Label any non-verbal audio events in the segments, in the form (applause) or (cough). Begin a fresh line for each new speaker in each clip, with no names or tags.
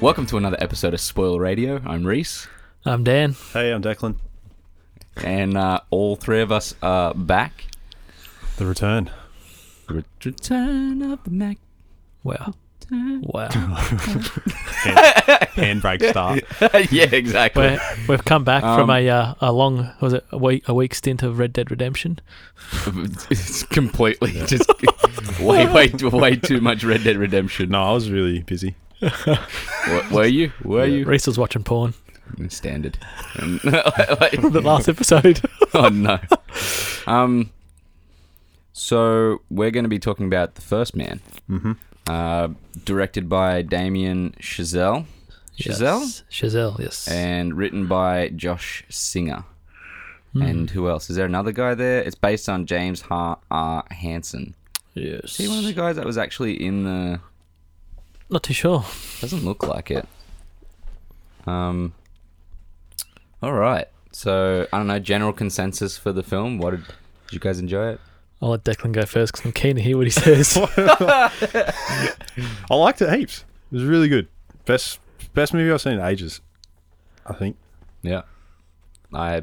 Welcome to another episode of Spoil Radio. I'm Reese,
I'm Dan.
Hey, I'm Declan.
and uh, all three of us are back.
The return.
Re- Return of the Mac.
Wow. Wow.
(laughs) Handbrake start.
(laughs) yeah, exactly.
We're, we've come back
Um,
from a uh, a long was it a week a week stint of Red Dead Redemption.
it's completely just (laughs) way, way, too- way too much Red Dead Redemption.
no, I was really busy.
W- were you? Were
Yeah.
Reese was watching porn. (laughs)
you? Standard. Um, (laughs)
The last episode.
oh no. Um. So we're going to be talking about the first man,
Mm-hmm.
uh, directed by Damien Chazelle, (laughs) Chazelle? Eh.
Yes. Chazelle. Yes.
and written by Josh Singer.
Hmm.
And who else? Is there another guy there? It's based on James Har- R. Hansen.
yes.
Is he one of the guys that was actually in the?
Not too sure.
Doesn't look like it. Um. All right. So I don't know. General consensus for the film. What did, did you guys enjoy it?
I'll let Declan go first because I'm keen to hear what
(laughs)
he says.
I liked it heaps. It was really good. Best best movie I've seen in ages. I think.
Yeah. I.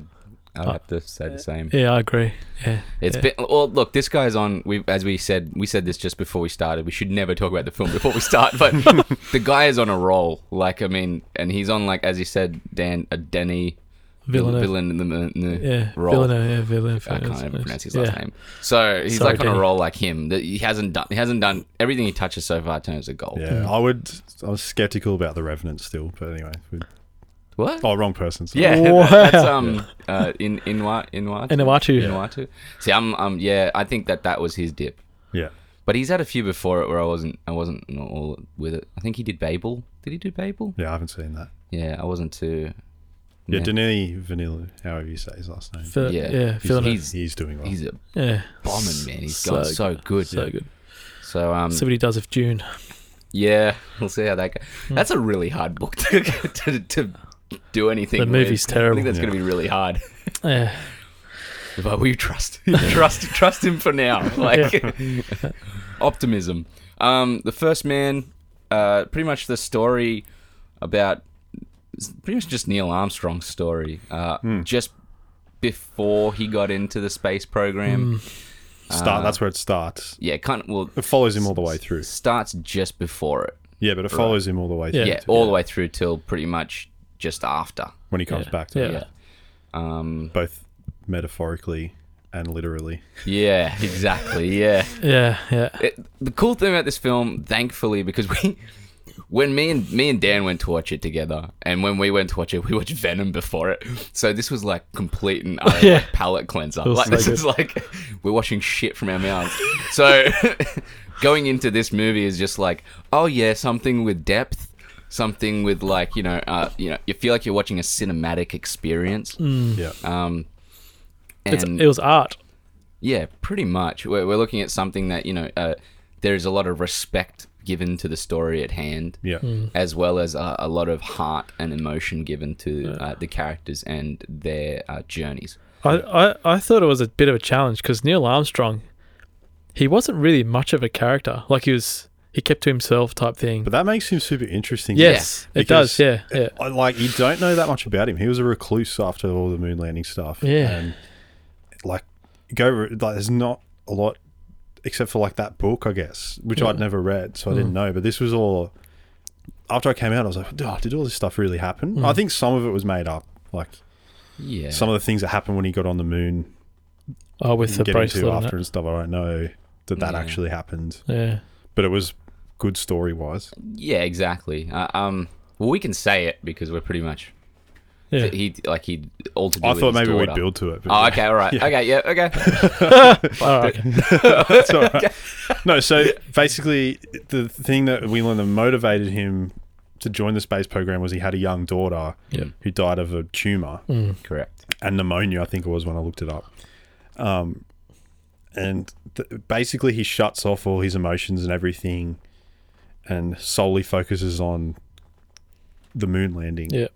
I'd
Uh,
have to say the same.
yeah, I agree. Yeah.
It's
yeah.
been well. Look, this guy's on. We as we said, we said this just before we started. We should never talk about the film before we start.
(laughs)
But the guy is on a roll. Like I mean, and he's on like as you said, Dan a Denny
Villeneuve.
villain in the, in the
Yeah.
role.
Villeneuve. Yeah. Villeneuve.
I can't even pronounce his
yeah.
last name. So he's
Sorry,
like on a
Denny.
roll like him. That he hasn't done. He hasn't done everything he touches so far turns to gold.
Yeah. I would I was skeptical about the Revenant still, but anyway. we-
What?
Oh wrong person. sorry.
Yeah, (laughs)
Wow.
that's um uh, in Inwa Inwatu.
Inwatu.
Inwatu. See, I'm um yeah. I think that that was his dip.
Yeah.
But he's had a few before it where I wasn't I wasn't all with it. I think he did Babel. Did he do Babel?
Yeah, I haven't seen that.
Yeah, I wasn't too.
Yeah,
Yeah.
Denis Vanilla, however you say his last name.
Vil-
Yeah.
yeah.
He's-
Villeneuve.
He's, he's doing well.
He's a
yeah.
bombing man. He's
So
gone so good.
So good.
So um
See what he does with June.
yeah, we'll see how that goes.
Hmm.
That's a really hard book to (laughs) to, to do anything.
The
with.
movie's
I
terrible.
think that's
Yeah.
going to be really hard.
Yeah.
But we trust (laughs) trust trust him for (laughs) now. Like optimism. Um, the first man, uh, pretty much the story about it's pretty much just Neil Armstrong's story. Uh, Just before he got into the space program,
Start that's where it starts.
yeah, kind of well
It follows him all the way through.
starts just before it.
Yeah, but it follows him all the way
Yeah.
through
Yeah,
to-
all the way through till pretty much just after.
when he comes
Yeah.
back to
Yeah.
it.
Yeah. Um,
Both metaphorically and literally.
yeah, (laughs) exactly. Yeah.
Yeah. Yeah.
it, the cool thing about this film, thankfully, because we, (laughs) when me and me and Dan went to watch it together, and when we went to watch it, we watched Venom before it. So this was like complete and
(laughs)
utter
Yeah.
like, palate cleanser.
was
Like
so
this
good.
is like we're washing shit from our mouths. so (laughs) going into this movie is just like, oh yeah, something with depth. Something with like you know, uh, you know, you feel like you're watching a cinematic experience.
Yeah.
Um,
Mm. It's,
and
it was art.
yeah, pretty much. We're, we're looking at something that, you know, uh, there's a lot of respect given to the story at hand,
Yeah.
as well as uh, a lot of heart and emotion given to uh, the characters and their uh, journeys.
I, I, I thought it was a bit of a challenge because Neil Armstrong, he wasn't really much of a character. Like he was, he kept to himself type thing.
But that makes him super interesting.
yes,
Yeah.
it does. Yeah, yeah,
I- Like you don't know that much about him. He was a recluse after all the moon landing stuff.
Yeah.
And like go re- like there's not a lot except for like that book, I guess, which I'd never read, so I
Mm.
didn't know. But this was all after I came out, I was like, "Duh, did all this stuff really happen?
Mm.
I think some of it was made up. Like
Yeah.
some of the things that happened when he got on the moon,
Oh, with the
and getting
bracelet.
to
and
after and stuff. I don't know that that
Yeah.
actually happened,
that. Yeah,
but it was good story wise.
yeah, exactly. Uh, um, well, we can say it because we're pretty much.
yeah.
He like he all to do
I
with
thought
his
maybe we'd
daughter.
build to it. but-
Oh, okay, all right,
(laughs) Yeah.
okay, yeah, okay.
All right.
(laughs) It's all right. No, so basically, the thing that we learned that motivated him to join the space program was he had a young daughter who died of a tumor
Correct.
and pneumonia, I think it was when I looked it up. Um, and th- basically, he shuts off all his emotions and everything and solely focuses on the moon landing
Yeah.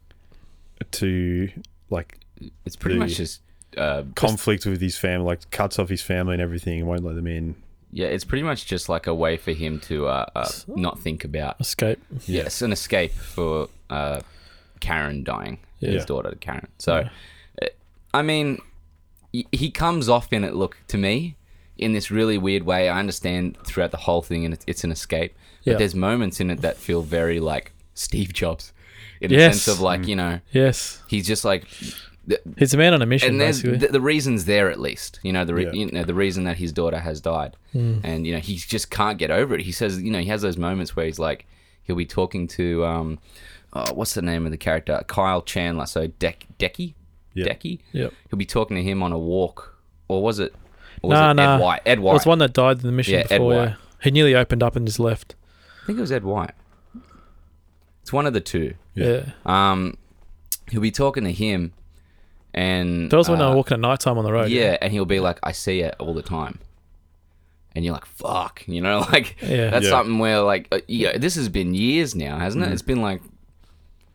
to like
It's pretty
The-
much just. Uh,
conflict with his family, like cuts off his family and everything and won't let them in.
Yeah, it's pretty much just like a way for him to uh, uh, not think about.
Escape.
Yes, an escape for uh, Karen dying,
Yeah.
his daughter Karen. So, uh, I mean, y- he comes off in it. Look to me, in this really weird way. I understand throughout the whole thing, and it's, it's an escape. But
Yeah.
there's moments in it that feel very like Steve Jobs, in the
Yes. Mm.
sense of like you know
Yes.
he's just like
He's a man on a mission,
and there's
basically.
the, the reason's there at least you know the re-
Yeah.
you know the reason that his daughter has died
Hmm.
and you know he just can't get over it he says you know he has those moments where he's like he'll be talking to um oh, what's the name of the character Kyle Chandler so Deck Decky
Yeah.
Decky
Yep.
he'll be talking to him on a walk or was it or was
Nah,
it
nah.
Ed White Ed White
Well, it's one that died in the mission
Yeah, Ed
before.
White.
Yeah. He nearly opened up and just left.
I think it was Ed White it's one of the two
Yeah.
Yeah.
um he'll be talking to him and
That was when
uh,
I was walking at night time on the road.
Yeah, and he'll be like, I see it all the time. And you're like, fuck, you know, (laughs) like
Yeah.
that's
Yeah.
something where like, uh, yeah, this has been years now, hasn't it?
Mm.
It's been like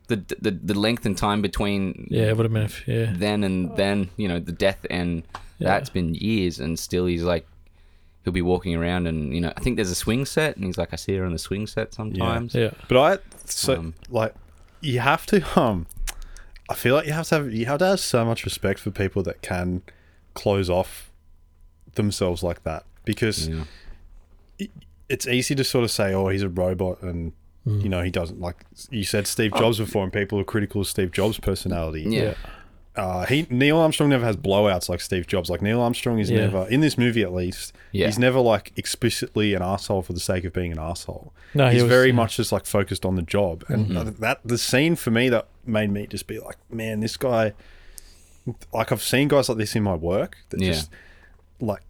the the, the length and time between
Yeah, it would have been. If, yeah.
then and then, you know, the death and that's been years, and still he's like, he'll be walking around, and you know, I think there's a swing set, and he's like, I see her on the swing set sometimes.
Yeah.
But I so
Um,
like you have to um I feel like you have to have you have to have so much respect for people that can close off themselves like that because
Yeah.
it- it's easy to sort of say oh he's a robot and
Mm.
you know he doesn't like you said Steve Jobs before and people are critical of Steve Jobs' personality.
Yeah.
Yeah.
Uh, he Neil Armstrong never has blowouts like Steve Jobs. Like Neil Armstrong is
Yeah.
never in this movie at least.
Yeah.
He's never like explicitly an asshole for the sake of being an asshole
No, he
he's
was-
very
yeah. Mm-hmm.
much just like focused on the job, and that the scene for me that made me just be like, man, this guy. Like I've seen guys like this in my work that
Yeah.
just like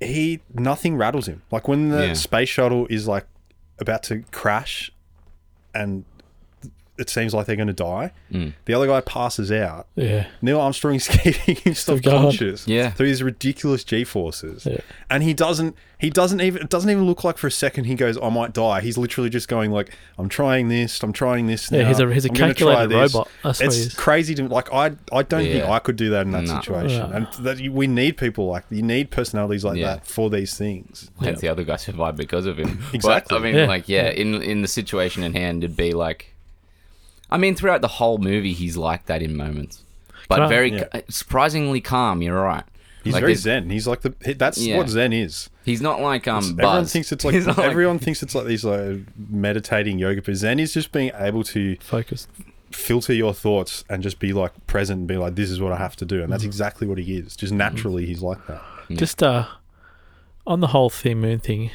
he nothing rattles him. Like when the
Yeah.
space shuttle is like about to crash, and it seems like they're going to die.
Mm.
The other guy passes out.
Yeah.
Neil (laughs) Armstrong's keeping himself
God.
conscious
Yeah.
through these ridiculous G forces,
Yeah.
and he doesn't. He doesn't even. It doesn't even look like for a second he goes, "I might die." He's literally just going like, "I'm trying this. I'm trying this."
Yeah,
now,
he's a- he's a
I'm gonna
calculated
try this."
robot. That's what he
It's
is.
crazy to like. I I don't think
Yeah.
I could do that in that
Nah.
situation.
Yeah.
And that you- we need people like you need personalities like
Yeah.
that for these things.
Hence, the other guy survived because of
(laughs)
him.
Exactly.
But, I mean,
Yeah.
like, yeah, in in the situation in hand, it'd be like, I mean, throughout the whole movie, he's like that in moments, but
Calm.
very
Yeah.
ca- surprisingly calm. You're right.
He's
Like,
very
there's-
zen. He's like the. That's
Yeah.
what zen is.
He's not like um.
Everyone
Buzz. (laughs)
thinks it's like
He's not
everyone thinks it's like these like meditating yoga, but zen is just being able to
Focused.
filter your thoughts and just be like present and be like, this is what I have to do. And that's exactly what he is. Just naturally, he's like that.
Just uh, on the whole thin moon thing,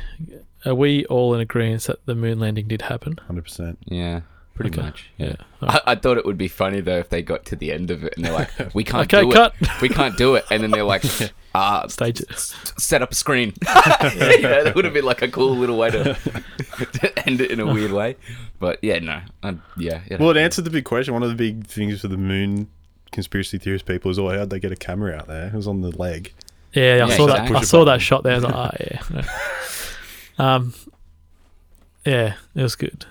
are we all in agreement that the moon landing did happen?
100%.
Yeah. Pretty
Okay.
much. Yeah.
Yeah.
I, I thought it would be funny though if they got to the end of it and they're like, "We can't
Okay,
do
cut.
it. We can't do it," and then they're
(laughs)
like, "Ah,
Stage it.
set up a
(laughs)
screen. (laughs) yeah, that would have been like a cool little way to, (laughs) to end it in a weird way. But yeah, no, um, yeah, it
Well, it answered the big question. One of the big things for the moon conspiracy theorist people is, oh, how'd they get a camera out there? It was on the leg.
Yeah,
Yeah,
I saw
exactly.
that. I
Push a
saw that shot there. I was like, ah, yeah. no." (laughs) Um, yeah, it was good.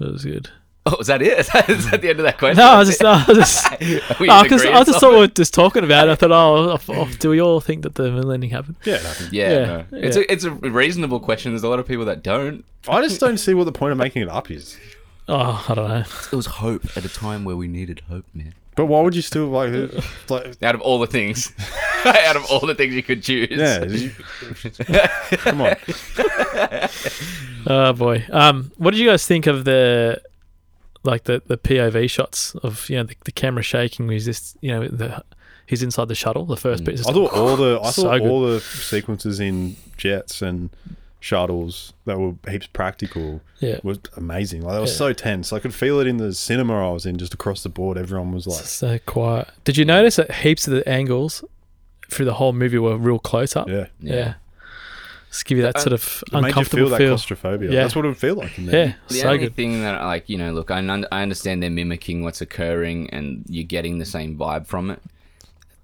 It was good.
Oh, is that it? (laughs) Is that, is that the end of that question?
No, I was just, no, I was
(laughs)
just,
Are we in
oh, 'cause I
agreement?
just thought we were just talking about. it. I
(laughs)
thought, oh, oh, oh, do we all think that the moon landing happened?
Yeah, it happened.
Yeah,
Yeah,
no. it's
yeah.
a it's a reasonable question. There's a lot of people that don't.
(laughs) I just don't see what the point of making it up is.
Oh, I don't know.
It was hope at a time where we needed hope, man.
But why would you still (laughs) like, it's like
Out of all the things, (laughs) out of all the things you could choose,
yeah? (laughs) you- come on.
Oh boy. Um, what did you guys think of the like the the POV shots of you know the, the camera shaking? He's just you know the he's inside the shuttle. The first bit. Is
I
just,
thought all the I
So
thought
good.
all the sequences in jets and shuttles that were heaps practical
Yeah.
was amazing. Like they were
Yeah.
so tense. I could feel it in the cinema I was in, just across the board. Everyone was like,
so quiet. Did you notice that heaps of the angles through the whole movie were real close up?
"Yeah."
Yeah. Just give you that sort of
It made you
uncomfortable
feel that
feel.
claustrophobia.
Yeah.
That's what it would feel like in there.
Yeah,
The
so
only
good.
thing that, like, you know, look, I, un- I understand they're mimicking what's occurring and you're getting the same vibe from it.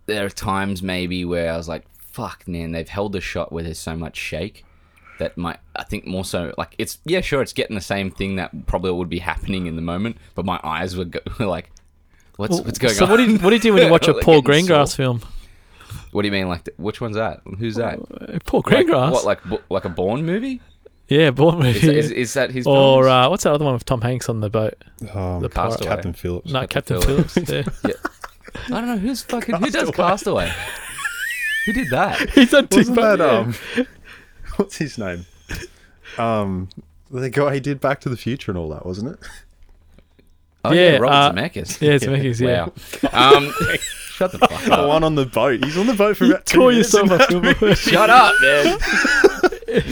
There are times maybe where I was like, fuck, man, they've held a shot where there's so much shake that my, I think more so, like, it's, yeah, sure, it's getting the same thing that probably would be happening in the moment, but my eyes (laughs) were, go- were like, what's, what's going
so
on?
what do you what do you do when you watch a
Like
Paul
getting
Greengrass film?
(laughs) What do you mean? Like, th- which one's that? Who's that?
Uh, Paul
Like,
Greengrass.
what, like, bo- like a Bourne movie?
yeah, Bourne
Is,
movie.
that, is, is that his?
(laughs) or
films?
uh, what's that other one with Tom Hanks on the boat?
Um,
The
Castaway.
Captain Phillips.
No,
Captain
Captain, Phillips. yeah.
I don't know who's fucking who does
(laughs)
Castaway. who did that?
He's on two
(laughs) Wasn't
(laughs)
that um, (laughs) what's his name? Um, the guy he did Back to the Future and all that, wasn't it? (laughs)
Oh yeah,
Yeah,
Robert
uh,
Zemeckis.
Yeah, it's Mickey's. Yeah. (laughs)
Wow. Um, shut the fuck
The
up.
one on the boat. He's on the boat for about two (laughs)
Tore
minutes
yourself
in
up.
that
Gilbert.
Shut up, man. uh,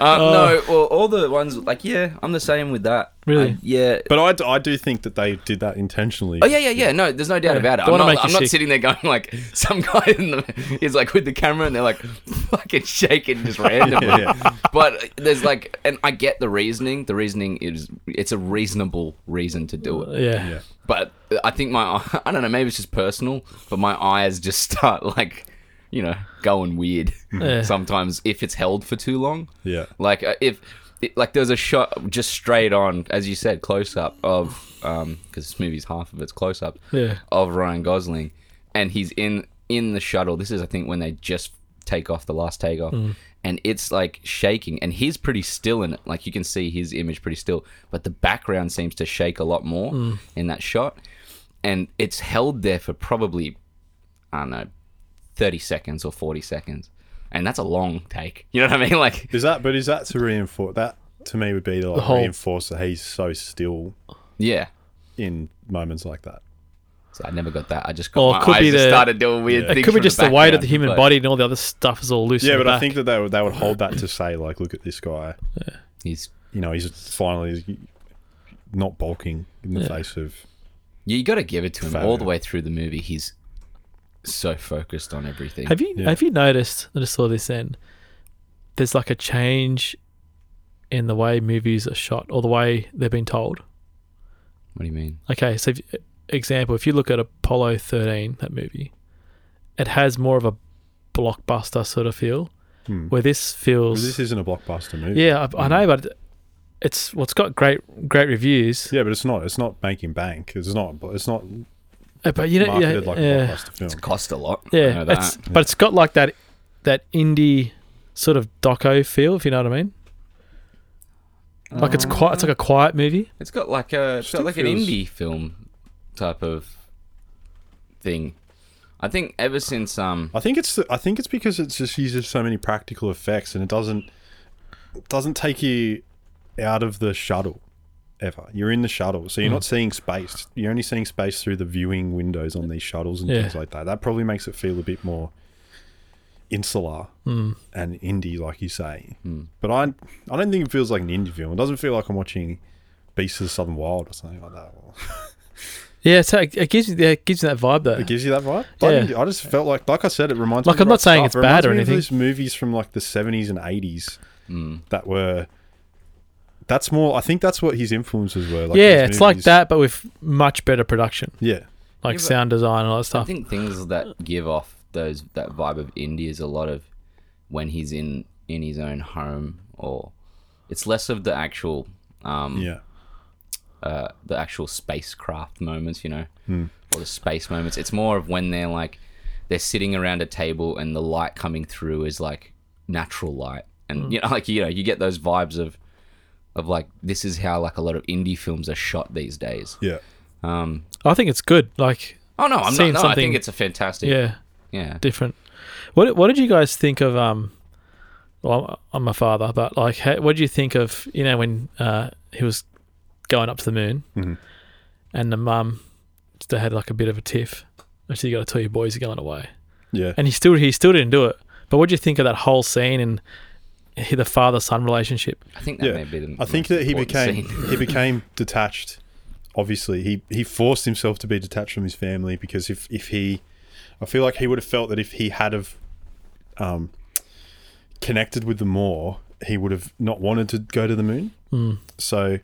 no, well, all the ones like yeah, I'm the same with that.
Oh. Really?
I- yeah.
But I, d- I do think that they did that intentionally.
Oh yeah, yeah, yeah. No, there's no doubt
Yeah,
about it.
don't
I'm
wanna
not,
make you
I'm not
sick.
sitting there going like (laughs) some guy in the is like with the camera and they're like fucking shaking (laughs) just randomly.
Yeah, yeah.
But there's like, and I get the reasoning. The reasoning is it's a reasonable reason to do it.
(laughs) yeah.
Yeah.
But I think my (laughs) I don't know. Maybe it's just personal, but my eyes just (laughs) start like you know going weird
Yeah.
sometimes if it's held for too long.
Yeah.
Like uh, if it, like there's a shot just straight on, as you said, close up of um because this movie's half of it's close up
Yeah.
of Ryan Gosling, and he's in in the shuttle. This is I think when they just take off the last takeoff, and it's like shaking, and he's pretty still in it. Like you can see his image pretty still, but the background seems to shake a lot more in that shot, and it's held there for probably I don't know thirty seconds or forty seconds. And that's a long take. You know what I mean? (laughs) Like
Is that? But is that to reinforce that? To me, would be to like
whole-
reinforce that he's so still
Yeah.
in moments like that.
So I never got that. I just got
Or
my
it could
eyes
be
just
the-
started doing weird
It
things.
could be
from
just the, weight
background,
of the human
but-
body and all the other stuff is all loose.
Yeah,
in the
but I
back.
think that they would, they would hold that to say like, look at this guy.
He's,
You know, he's finally not bulking in the face of.
you got to give it to him all the
Failure.
way through the movie. He's so focused on everything.
Have you
Yeah.
have you noticed? I just saw this then. There's like a change in the way movies are shot or the way they've been told.
what do you mean?
Okay, so if, example, if you look at Apollo 13, that movie, it has more of a blockbuster sort of feel,
Hmm.
where this
Well,
feels.
this Mm. isn't a blockbuster movie.
yeah, I, I know, but it's what's got great great reviews.
Yeah, but it's not. It's not making bank. It's not. It's not
Uh, But you know, yeah,
marketed like a
yeah,
blockbuster film.
It cost a lot. I
yeah,
know that.
it's, but it's got like that that indie sort of doco feel, if you know what I mean. Like it's quiet. It's like a
Uh.
quiet movie.
it's got like a, it's got
Still
like an
feels-
indie film type of thing. I think ever since um,
I think it's. I think it's because it's just uses so many practical effects, and it doesn't it doesn't take you out of the shuttle ever. You're in the shuttle, so you're not seeing space. You're only seeing space through the viewing windows on these shuttles and
Yeah.
things like that. That probably makes it feel a bit more insular and indie, like you say. But I, I don't think it feels like an indie film. It doesn't feel like I'm watching Beasts of the Southern Wild or something like that.
Yeah, so it, it gives you yeah, it gives you that vibe though.
It gives you that vibe.
Yeah.
I, didn't- I just felt like, like I said, it reminds
Like,
me. of
I'm not saying
stuff.
it's
It reminds
bad or
me of
anything.
Those movies from like the 70s and 80s that were. That's more. I think that's what his influences were. Like
yeah,
those
it's like
movies.
that, but with much better production,
Yeah,
Yeah,
like
but-
sound design and all that
I
stuff.
think things that give off those that vibe of indie is a lot of when he's in in his own home or it's less of the actual um
yeah.
uh, the actual spacecraft moments, you know,
Hmm.
or the space moments. It's more of when they're like they're sitting around a table and the light coming through is like natural light, and
Hmm.
you know, (laughs) like you know, you get those vibes of of like this is how like a lot of indie films are shot these days.
Yeah.
Um,
I think it's good. Like,
oh no, I'm
Seeing
not. No, I
something-
think it's a fantastic.
yeah,
yeah.
different. What What did you guys think of? Um, well, I'm I'm a father, but like, how, what did you think of? You know, when uh, he was going up to the moon,
Mhm.
and the mum they had like a bit of a tiff. Actually, you got to tell your boys are going away,
Yeah.
and he still he still didn't do it. But what did you think of that whole scene and he- the father son relationship?
I think that
yeah.
may be the.
I think
most
that he
important
became
scene. (laughs)
he became detached. Obviously, he he forced himself to be detached from his family because if if he, I feel like he would have felt that if he had have, um, connected with them more, he would have not wanted to go to the moon. So,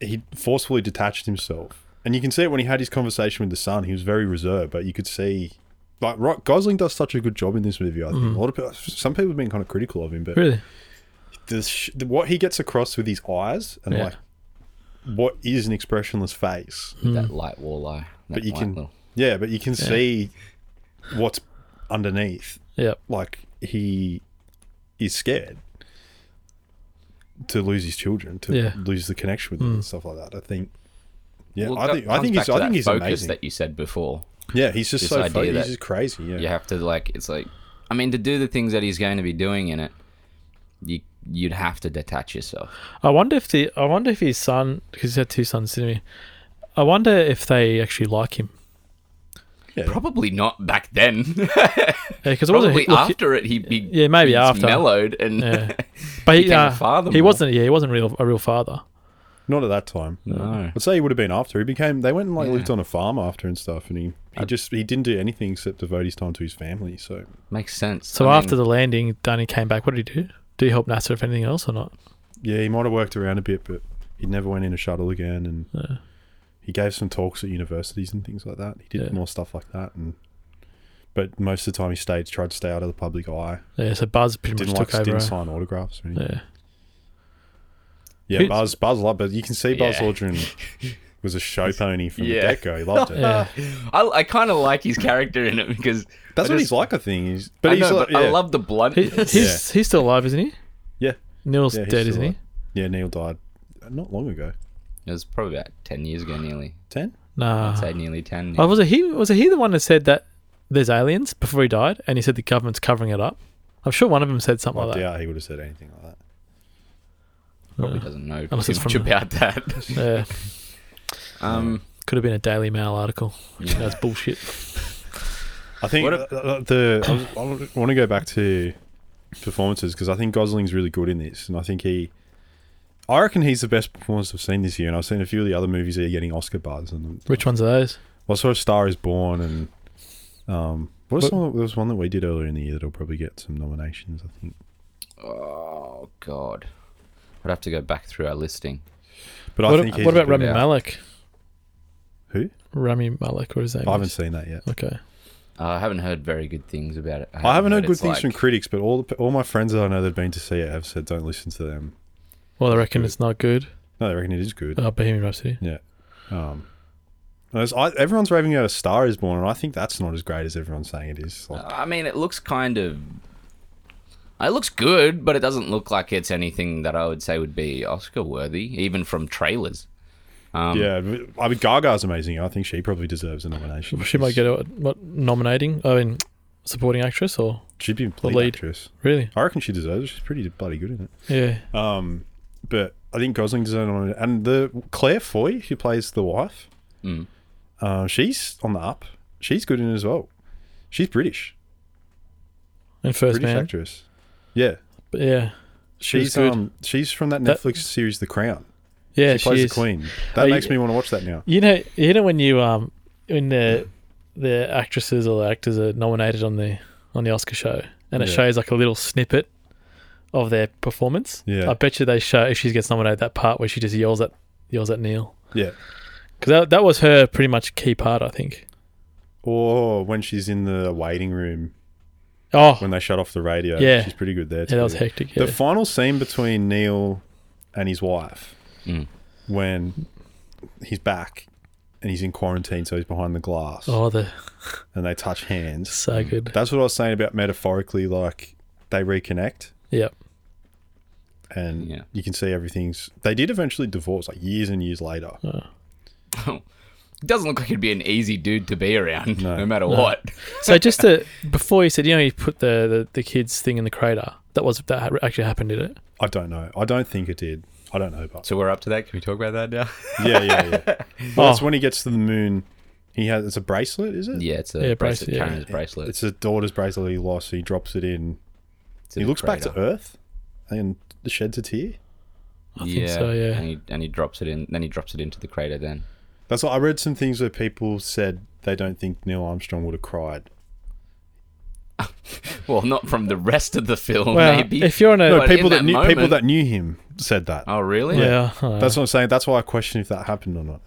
he forcefully detached himself, and you can see it when he had his conversation with the son. He was very reserved, but you could see. Like Ro- Gosling does such a good job in this movie. I think a lot of people, some people have been kind of critical of him, but
Really?
the sh- the- what he gets across with his eyes and
Yeah.
like what is an expressionless face
that light walleye. That
Hmm. but you
white
can
little-
yeah but you can see what's underneath,
Yep.
like he is scared to lose his children, to
Yeah.
lose the connection with them and stuff like that. I think. Yeah,
Mm. Well,
I
that
think I
comes
think
back
he's
to
I
that
think he's
focus
amazing.
that you said before.
yeah, he's just
this
so
idea
funny.
that
He's just crazy. Yeah.
You have to like it's like I mean to do the things that he's going to be doing in it, you you'd have to detach yourself.
I wonder if the I wonder if his son because he had two sons didn't he? I wonder if they actually like him
Yeah.
Probably not back then. (laughs)
because it wasn't
Probably
look, he-
after it he be
Yeah, maybe
he's
after.
mellowed and
Yeah. but he,
became a
uh,
father
he
more.
wasn't yeah he wasn't real a real father.
Not at that time.
no.
I'd say he would have been after. He became. They went and like
Yeah.
lived on a farm after and stuff, and he, he just he didn't do anything except devote his time to his family. So
(laughs) Makes sense.
So
I
after
mean,
the landing, Danny came back. What did he do? Did he help NASA if anything else or not?
yeah, he might have worked around a bit, but he never went in a shuttle again. And
Yeah.
he gave some talks at universities and things like that. He did
Yeah.
more stuff like that, and but most of the time he stayed, tried to stay out of the public eye.
Yeah, so Buzz pretty
Didn't
much
like
took over.
didn't
uh,
sign autographs or anything.
Yeah,
Yeah,
Who's-
Buzz Buzz loved, but you can see Buzz
Yeah.
Aldrin
(laughs)
was a show pony from
Yeah.
the get go. He loved it.
yeah.
I, I kind of like his character in it because
That's
I
what
just-
he's like. I think he's,
But,
but
I,
he's
know,
like,
but I
yeah.
love the blunt.
(laughs)
He, he's he's still alive, isn't he?
Yeah.
Neil's
Yeah, he's
dead,
still
isn't
alive. Yeah, Neil died uh, not long ago.
(laughs) It was probably about ten years ago, nearly.
Ten?
he? Nah.
I'd say nearly ten.
Oh, was it he? Was it he the one that said that there's aliens before he died, and he said the government's covering it up? I'm sure one of them said something
I
like that.
doubt he would have said anything like that.
probably doesn't know too
Unless it's
much
from-
about that.
(laughs) Yeah,
um,
could have been a Daily Mail article. That's bullshit.
I think
What
uh, uh, the I, was- I want to go back to performances because I think Gosling's really good in this, and I think he, I reckon he's the best performance I've seen this year, and I've seen a few of the other movies that are getting Oscar buzz, and
Which ones are those?
well, I saw Star Is Born, and um, what was
But-
some, there was one that we did earlier in the year that'll probably get some nominations. I think,
oh God, I'd have to go back through our listing.
but
What,
I think he's
what about
good.
Rami
out.
Malek?
Who?
Rami Malek, or his name?
I haven't
is?
seen that yet.
Okay.
Uh, I haven't heard very good things about it.
I haven't heard good
it's
things from
like-
critics, but all the, all my friends that I know that've been to see it have said don't listen to them.
Well, I reckon it's not good.
No, they reckon it
(laughs)
is good.
Oh, Bohemian Rhapsody.
Yeah. Um, I was- I- everyone's raving about A Star Is Born, and I think that's not as great as everyone's saying it is. Like,
I mean, it looks kind of. It looks good, but it doesn't look like it's anything that I would say would be Oscar worthy, even from trailers. Um,
yeah, but- I mean, Gaga's amazing. I think she probably deserves a nomination.
She might get a what nominating? I mean, supporting actress or
She'd be
the
lead,
lead.
actress.
really?
I reckon she deserves. it. She's pretty bloody good in
Yeah.
it. Um, but I think Gosling deserves it. And the Claire Foy, who plays the wife,
Mm.
uh, she's on the up. She's good in it as well. She's British,
And first
British
man.
actress. Yeah,
But yeah. She was
she's
good.
um, she's from that
That-
Netflix series The Crown.
Yeah,
she plays
she
the
is.
queen. That
Oh,
makes
yeah.
me want to watch that now.
You know, you know when you um when the the actresses or the actors are nominated on the on the Oscar show, and it
Yeah.
shows like a little snippet of their performance.
Yeah.
I bet you they show if she gets nominated that part where she just yells at yells at Neil
Yeah.
because that that was her pretty much key part, I think.
Or when she's in the waiting room
Oh,
when they shut off the radio.
Yeah.
She's pretty good there too.
yeah, that was hectic. Yeah.
The final scene between Neil and his wife
Mm.
when he's back and he's in quarantine, so he's behind the glass
oh, the
and they touch hands.
so good.
That's what I was saying about metaphorically, like they reconnect
Yep.
and
Yeah.
you can see everything's. They did eventually divorce, like years and years later.
It doesn't look like it'd be an easy dude to be around, (laughs) no,
No.
matter what.
So just to, before you said, you know, you put the, the, the kids thing in the crater. That was that ha- actually happened, did it?
I don't know. I don't think it did. I don't know, but
So we're up to that. Can we talk about that now?
yeah, yeah, yeah. Well, that's
Oh.
when he gets to the moon. He has it's a bracelet, is
(laughs)
it?
yeah, it's a
Yeah,
bracelet.
bracelet, yeah.
Karen's bracelet.
It's his daughter's bracelet he lost. So he drops it in.
It's in
He
the
looks back to
crater.
Earth, and sheds a tear.
I
think so, yeah.
And he, and he drops it in. Then he drops it into the crater. Then
That's what I read. Some things where people said they don't think Neil Armstrong would have cried.
Well, not from the rest of the film,
Well,
maybe.
if you're on a
No,
But in
people that,
that
knew people
moment-
that knew him said that.
oh, really?
yeah, I don't know.
That's what I'm saying. That's why I question if that happened or not.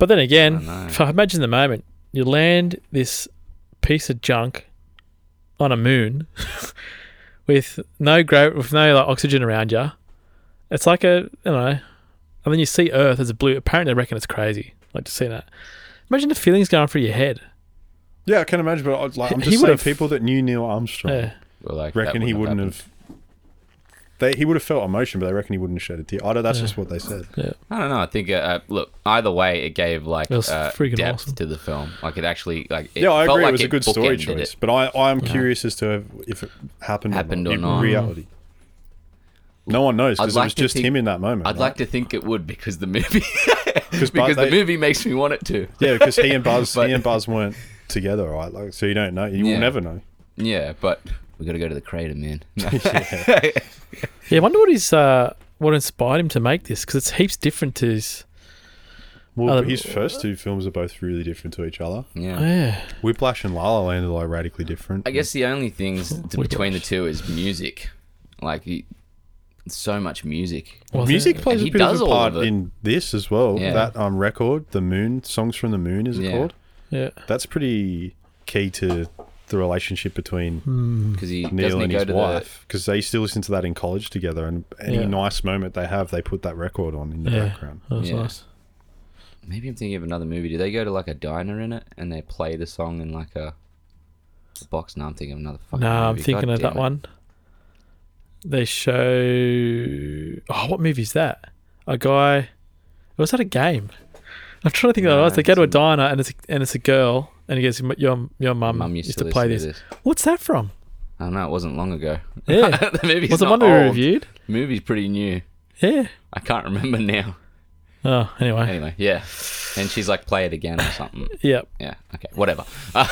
but then
I
again,
don't know.
if I imagine the moment you land this piece of junk on a moon (laughs) with no gra- with no like oxygen around you. It's like a you know, and then you see Earth as a blue. Apparently, I reckon it's crazy. Like just seeing that. Imagine the feelings going through your head.
Yeah, I can imagine, but I, like, I'm
He- he
just saying
would've-
people that knew Neil Armstrong
Yeah.
Well, like, that
reckon he wouldn't
happened.
have. They, he would have felt emotion, but they reckon he wouldn't have shed a tear. I don't. That's just what they said.
I don't know. I think uh, uh, look, either way, it gave like
It was
uh,
freaking
depth
awesome.
to the film. Like it actually, like it
yeah, I
felt
agree.
Like
it was a good story
bookended
choice,
it.
but I, I am curious as to if, if it happened,
Happened
or
or
not,
not.
in reality. No one knows
I'd
because
like
it was
to
just
think-
him in that moment.
I'd like to think it would because the movie, (laughs) because
Buzz-
the
they-
movie makes me want it to.
yeah, because he and
(laughs)
Buzz,
But-
he and Buzz weren't together, right? Like, so you don't know. You
Yeah.
will
(laughs)
never know.
Yeah, but we gotta go to the crater,
(laughs)
man.
Yeah, I wonder what his uh, what inspired him to make this because it's heaps different to his.
Well,
Other-
his first two films are both really different to each other.
yeah.
Yeah,
Whiplash and La La Land are like radically different.
I guess the only
(laughs)
things to,
Whiplash.
between the two is music. Like he, so much music.
was
music
it?
plays
And
a
he
bit
does
of a
all
part
of it.
in this as well.
Yeah.
That um, record, the moon songs from the moon, is it
Yeah.
called?
Yeah,
That's pretty key to the relationship between
Hmm.
Because he
Neil
doesn't he
and
go
his
to
wife because they still listen to that in college together, and any
Yeah.
nice moment they have, they put that record on in the
Yeah.
background.
that was
Yeah.
nice.
the. Maybe I'm thinking of another movie. Do they go to like a diner in it and they play the song in like a, a box? No, I'm thinking of another fucking.
No, I'm
movie.
thinking
God
of that
damn it.
one. They show. Oh, what movie is that? A guy. Was that a game? I'm trying to think of
No,
what it was. They go to a
it's
diner and it's a, and it's a girl and he goes, "Your your, your mum
Mum
used, to, play
listen
this. What's that from?
I don't know. It wasn't long ago. (laughs)
Yeah,
the movie's
was it
not
one we
old.
reviewed?
Movie's pretty new.
Yeah.
I can't remember
(laughs)
now.
Oh, anyway.
Anyway, yeah. And she's like, play it again or something.
Yeah.
Yeah. Okay.
(laughs)
Whatever. (laughs) Uh,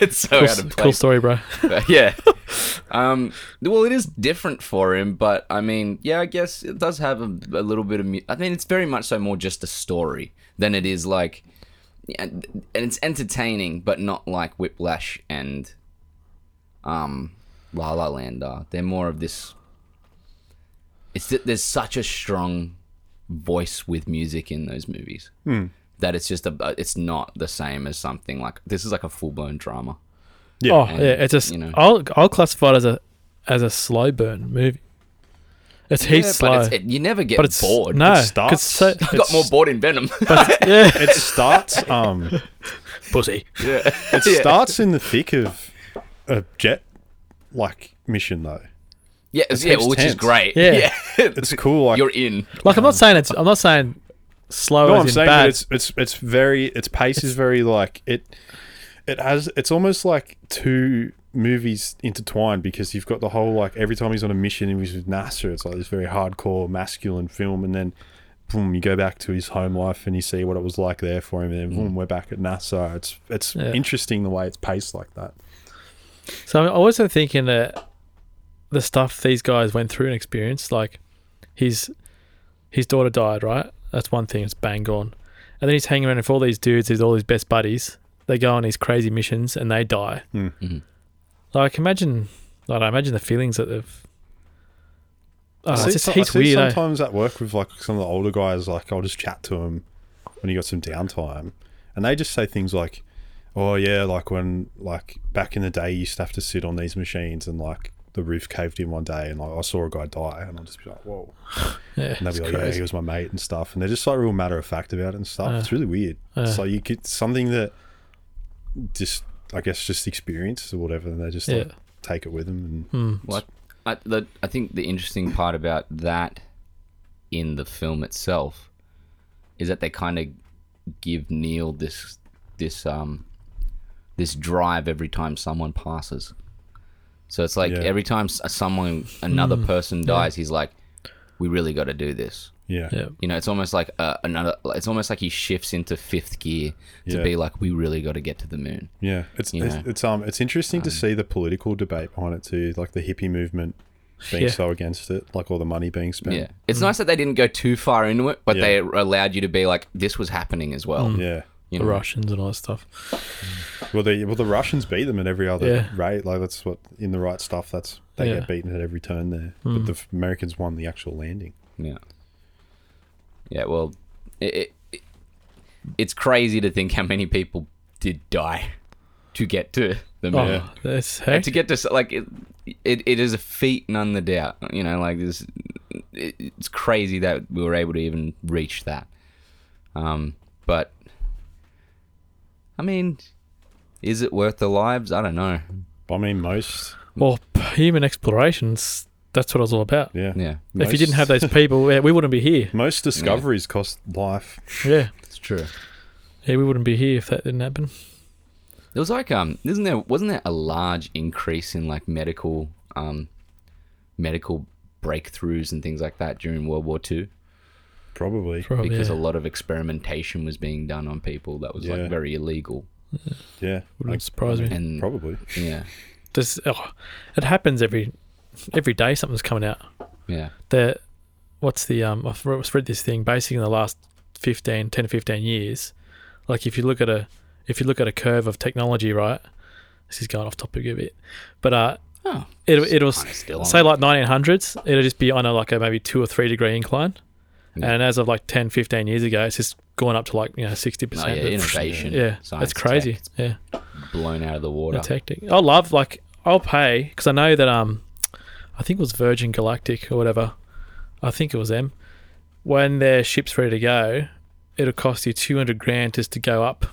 it's so
Cool,
out of
s-
place.
cool story, bro.
But yeah. Um. Well, it is different for him, but I mean, yeah, I guess it does have a, a little bit of. Mu- I mean, it's very much so more just a story than it is like, yeah, and it's entertaining, but not like Whiplash and, um, La La Land are. They're more of this. It's that there's such a strong voice with music in those movies that it's just a. It's not the same as something like this is like a full blown drama.
Yeah.
Oh,
And,
yeah. It's just
you know.
I'll I'll classify it as a as a slow burn movie. It's heaps
Yeah,
slow,
But it's, it, you never get
but it's
bored.
No,
It
'cause
starts-
so-
I (laughs) got more bored in Venom.
(laughs)
(laughs)
yeah,
It starts. Um,
pussy. (laughs)
it starts in the thick of a jet like mission though.
yeah,
It's
yeah
heaps
which is
tense.
great.
Yeah. (laughs)
It's cool.
(laughs)
Like,
You're in.
Like I'm not saying it's I'm not saying slow
no,
as
I'm
in
saying
bad.
that it's it's it's very its pace is very like it. It has it's almost like two movies intertwined because you've got the whole like every time he's on a mission he was with NASA it's like this very hardcore masculine film and then boom you go back to his home life and you see what it was like there for him and then boom we're back at NASA it's it's
Mm. Yeah.
interesting the way it's paced like that
So I'm also thinking that the stuff these guys went through and experienced, like his his daughter died, right? That's one thing. It's bang gone. And then he's hanging around with all these dudes, his all his best buddies. They go on these crazy missions and they die.
Hmm.
Like imagine, like I imagine the feelings that they've. Oh,
I
it's
see
just
some- I
heaps
see
weird. eh?
sometimes at work with like some of the older guys, like I'll just chat to them when you got some downtime, and they just say things like, "Oh yeah, like when like back in the day, you used to have to sit on these machines, and like the roof caved in one day, and like I saw a guy die, and I'll just be like, (laughs) whoa,
Yeah,
and they'll be
it's
like, yeah,
crazy.
he was my mate and stuff, and they're just like real matter of fact about it and stuff. it's really weird. so you get something that just I guess just experience or whatever, and they just like,
Yeah.
take it with them. And
What? I, the, I think the interesting part about that in the film itself is that they kind of give Neil this this um this drive every time someone passes. So it's like
Yeah.
every time s- someone another
Mm.
person dies, he's like, "We really got to do this."
yeah,
Yeah.
You know, it's almost like uh, another. It's almost like he shifts into fifth gear to
Yeah.
be like, we really got to get to the moon.
Yeah, it's
you
it's,
know.
it's um it's interesting to see the political debate behind it too, like the hippie movement being
Yeah.
so against it, like all the money being spent.
Yeah, it's nice that they didn't go too far into it, but
Yeah. Mm.
they allowed you to be like, this was happening as well.
Yeah.
You
The
know?
Russians and all that stuff.
Well, the well the Russians beat them at every other
Yeah.
rate. Like that's what in the right stuff. That's they
Yeah.
get beaten at every turn there.
Hmm.
But the f- Americans won the actual landing.
Yeah. Yeah. Well, it, it, it it's crazy to think how many people did die to get to the moon.
Oh, that's
And
heck.
to get to s- like it, it, it is a feat, none the doubt. You know, like this, it, it's crazy that we were able to even reach that. Um, but I mean, Is it worth the lives? I don't know.
I mean, most.
Well, p- human explorations, that's what it was all about.
Yeah.
Yeah,
If you didn't
Most-
have those people, yeah, we wouldn't be
(laughs)
here.
Most discoveries cost life.
Yeah.
it's true.
Yeah, we wouldn't be here if that didn't happen.
There was like um, isn't there? Wasn't there a large increase in like medical um, medical breakthroughs and things like that during World War Two?
Probably.
Probably.
because
Oh, yeah.
a lot of experimentation was being done on people that was
Yeah.
like very illegal.
Yeah.
Wouldn't surprise me.
And
Probably.
yeah,
There's, oh, it happens every every day. Something's coming out.
yeah,
The what's the um? I've re- read this thing. Basically, in the last 15, 10 to fifteen years, like if you look at a if you look at a curve of technology, right? This is going off topic a bit, but uh,
oh,
it it'll s-
kinda still on
say
it.
like 1900s, it'll just be on a like a maybe two or three degree incline.
Yeah.
And as of like 10, 15 years ago, it's just gone up to like, you know, 60%.
No, Oh, yeah,
But-
innovation,
Yeah,
science,
that's crazy.
tech, it's
yeah,
blown out of the water.
the tactic. I love, like, I'll pay because I know that, um, I think it was Virgin Galactic or whatever. I think it was them. When their ship's ready to go, it'll cost you 200 grand just to go up,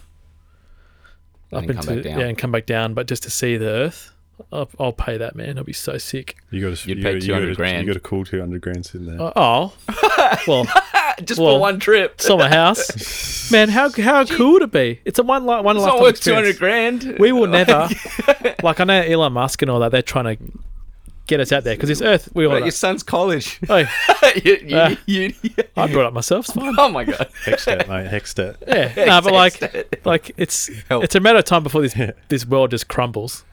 And
up
then come
into,
back down.
yeah, and come back down, but just to see the Earth. I'll, I'll pay that, man. I'll be so sick.
You got to.
You'd
you
pay
gotta- you
200
gotta-
grand.
You got a cool two hundred grand sitting there.
(laughs)
Oh, well,
Just
Well,
for one trip.
It's on my house. Man, how how cool would it be? It's a one life one
It's
life.
not worth two hundred grand.
We will never. like I know Elon Musk and all that. They're trying to get us out there because this Earth. We all.
What about
know.
your son's (laughs) college.
Hey,
You- you-
Uh,
you-
I brought it up myself. It's fine.
oh my god.
Hextet, mate. Hextet.
Yeah. (laughs) No, but
Excited.
like, like it's
Help.
it's a matter of time before this this world just crumbles.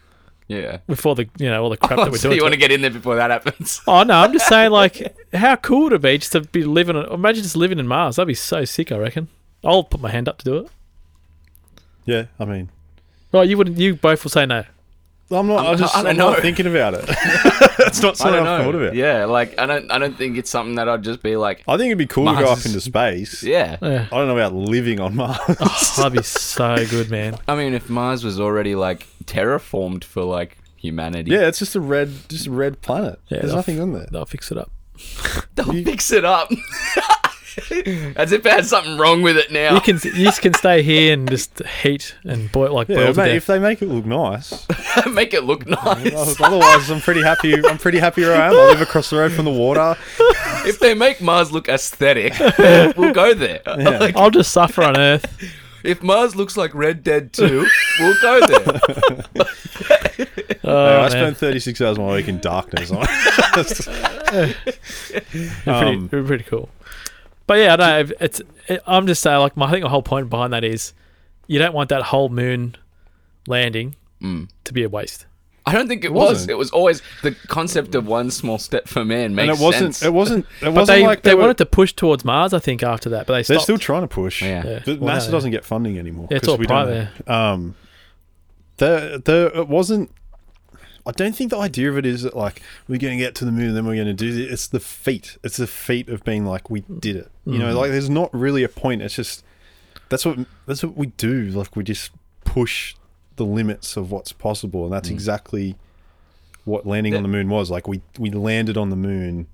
Yeah.
Before the you know all the crap
(laughs)
that
Oh,
we're
so
doing.
you
to
want to
it.
get in there before that happens?
Oh no! I'm just saying, like, how cool would it be just to be living? On, imagine just living in Mars. That'd be so sick. I reckon. I'll put my hand up to do it.
Yeah. I mean,
Right? You wouldn't. You both will say no.
I'm not. i
I'm-
just.
I
I
don't
am not
know.
thinking about it. That's not
I
something
don't
I've thought
know.
about.
Yeah, like I don't. I don't think it's something that I'd just be like.
I think it'd be cool to go
Mars
off
is-
into space.
Yeah.
Yeah. (laughs) Oh.
I don't know about living on Mars.
That'd be so good, man.
I mean, if Mars was already like terraformed for like humanity,
yeah, it's just a red, just a red planet.
Yeah,
There's
they'll-
nothing on there.
They'll fix it up.
they'll fix it up. (laughs) As if it had something wrong with it now. (laughs)
You can you just can stay here and just heat and boil like
Yeah,
boil to
mate,
death.
if they make it look nice.
(laughs) Make it look nice.
Otherwise, I'm pretty happy. I'm pretty happy where I am. I live across the road from the water.
if they make Mars look
(laughs)
aesthetic, we'll go there. Like,
I'll just suffer on Earth.
(laughs)
if Mars looks like Red Dead 2, we'll go there.
Oh,
Anyway, I
man.
spent 36 hours of my week in darkness. (laughs)
They're pretty,
um,
they're pretty cool. But yeah, I don't know. It's it, I'm just saying like my I think the whole point behind that is you don't want that whole moon landing to be a waste.
I don't think it, was.
wasn't.
It was always the concept of one small step for man
and
makes
it wasn't.
sense.
It wasn't. It
But
wasn't
they
like
they,
they, were,
wanted to push towards Mars, I think, after that, but they
They're
stopped.
still trying to push.
Yeah.
Yeah.
The,
Well,
NASA
no,
doesn't get funding anymore.
Yeah, it's
'cause
all
we don't
private.
know. Um, the the it wasn't. I don't think the idea of it is that like we're going to get to the moon, then we're going to do this. It's the feat. It's the feat of being like we did it. You
Mm.
know, like there's not really a point. It's just that's what that's what we do. Like we just push the limits of what's possible, and that's exactly what landing on the moon was. Like we we landed on the moon.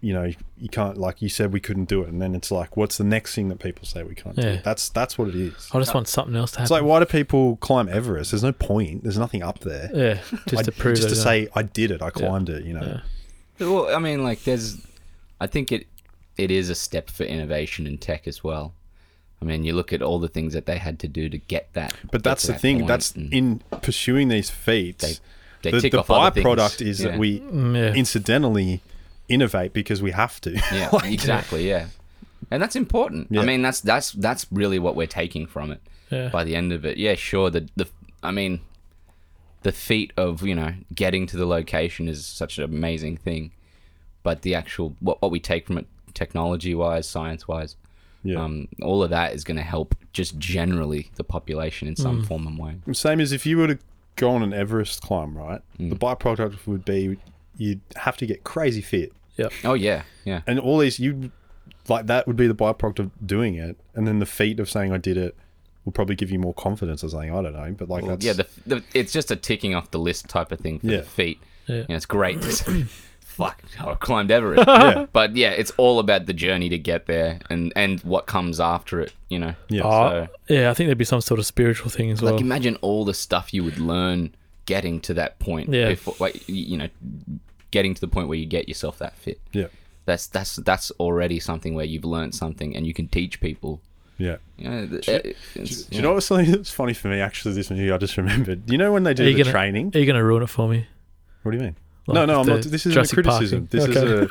You know, you can't like you said we couldn't do it, and then it's like, what's the next thing that people say we can't
Yeah.
do? That's that's what it is.
I just want something else to
It's
happen.
like, why do people climb Everest? There's no point. There's nothing up there.
yeah, just
I-
to prove
just
that,
to
uh,
say I did it. I climbed it. You know,
Yeah.
Well, I mean, like, there's. I think it it is a step for innovation in tech as well. I mean, you look at all the things that they had to do to get that.
but
get
that's
to
the
that
thing.
point,
That's
and
in pursuing these feats.
they
the
tick
the
off other
byproduct
things.
is
Yeah.
that we
yeah.
incidentally innovate because we have to.
Yeah,
(laughs) Like,
exactly. Yeah, and that's important. I
Yeah.
mean, that's that's that's really what we're taking from it.
Yeah.
By the end of it, yeah, sure. The the I mean, the feat of you know getting to the location is such an amazing thing, but the actual what what we take from it, technology wise, science wise,
Yeah.
um, all of that is going to help just generally the population in some form and way.
Same as if you were to go on an Everest climb, right? The
Mm.
byproduct would be you'd have to get crazy fit,
Yep.
Oh yeah, yeah,
and all these you like that would be the byproduct of doing it, and then the feat of saying I did it will probably give you more confidence or something. I don't know, but like that's
yeah. The, the it's just a ticking off the list type of thing for
Yeah.
the feat.
Yeah.
(laughs)
You know, it's great. (laughs) to- fuck, I climbed Everest.
Yeah.
But yeah, it's all about the journey to get there and and what comes after it. You know.
Yeah.
Oh,
Ah.
So-
yeah, I think there'd be some sort of spiritual thing as well.
Like imagine all the stuff you would learn getting to that point.
Yeah.
Before, like y- you know, getting to the point where you get yourself that fit.
yeah.
That's that's that's already something where you've learned something and you can teach people.
Yeah.
You know, th- it- it's-
Do you know what's something that's funny for me? Actually, this one here, I just remembered. You know when they do
Are you
the
gonna-
training?
Are you going to ruin it for me?
What do you mean?
Like
no, no, I'm
the
not. This isn't
Jurassic
a criticism.
Parking.
This
Okay.
is a.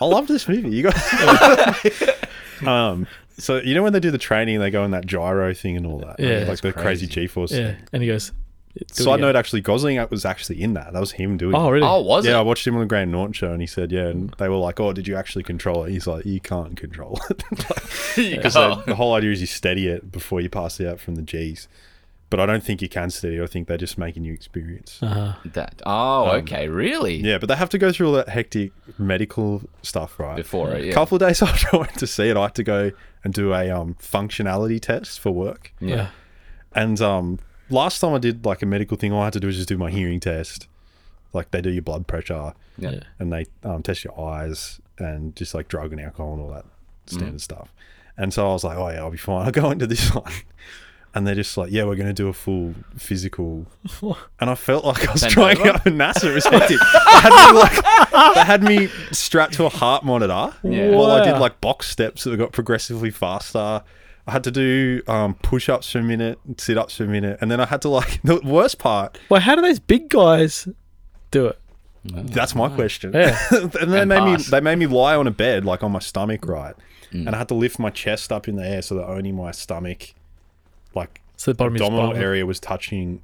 I love this movie. You guys. (laughs) um. So you know when they do the training, they go in that gyro thing and all that.
Yeah.
like
That's
the
crazy.
crazy G-force.
Yeah. And he goes, do it
Side
again.
note: Actually, Gosling was actually in that. That was him doing.
Oh,
it.
really?
oh, was
Yeah, I
it?
watched him on the Graham Norton show, and he said, "Yeah." And they were like, "Oh, did you actually control it?" He's like, "You can't control it." (laughs) Because
Oh.
the whole idea is you steady it before you pass it out from the G's. But I don't think you can steady. it. I think they're just making you experience.
Uh-huh.
(laughs) That. Oh, okay, really?
Um, Yeah, but they have to go through all that hectic medical stuff, right?
Before it,
A
yeah.
couple of days (laughs) after I went to see it, I had to go and do a um, functionality test for work.
Yeah.
Yeah.
And um, last time I did like a medical thing, all I had to do was just do my hearing test. Like they do your blood pressure
Yeah.
Yeah.
and they um, test your eyes and just like drug and alcohol and all that
Mm-hmm.
standard stuff. And so I was like, oh yeah, I'll be fine. (laughs) I'll go into this one. And they're just like, yeah, we're going to do a full
(laughs)
physical. And I felt like I was
Bend
trying
over?
up a NASA respective. they, had
(laughs)
me like, they had me strapped to a heart monitor
Yeah.
while I
Wow.
did like box steps that got progressively faster. I had to do um, push ups for a minute, sit ups for a minute. And then I had to like, (laughs) the worst part,
Well, how do those big guys do it?
that's my question. (laughs)
Yeah.
and they
And
made
pass. Mm.
me they made me lie on a bed, like on my stomach, right? And I had to lift my chest up in the air so that only my stomach, like
So the bottom is
abdominal area, was touching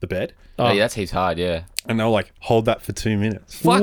the bed.
Oh,
Oh.
yeah, that's he's hard. Yeah.
And they were like, hold that for two minutes.
Fuck off.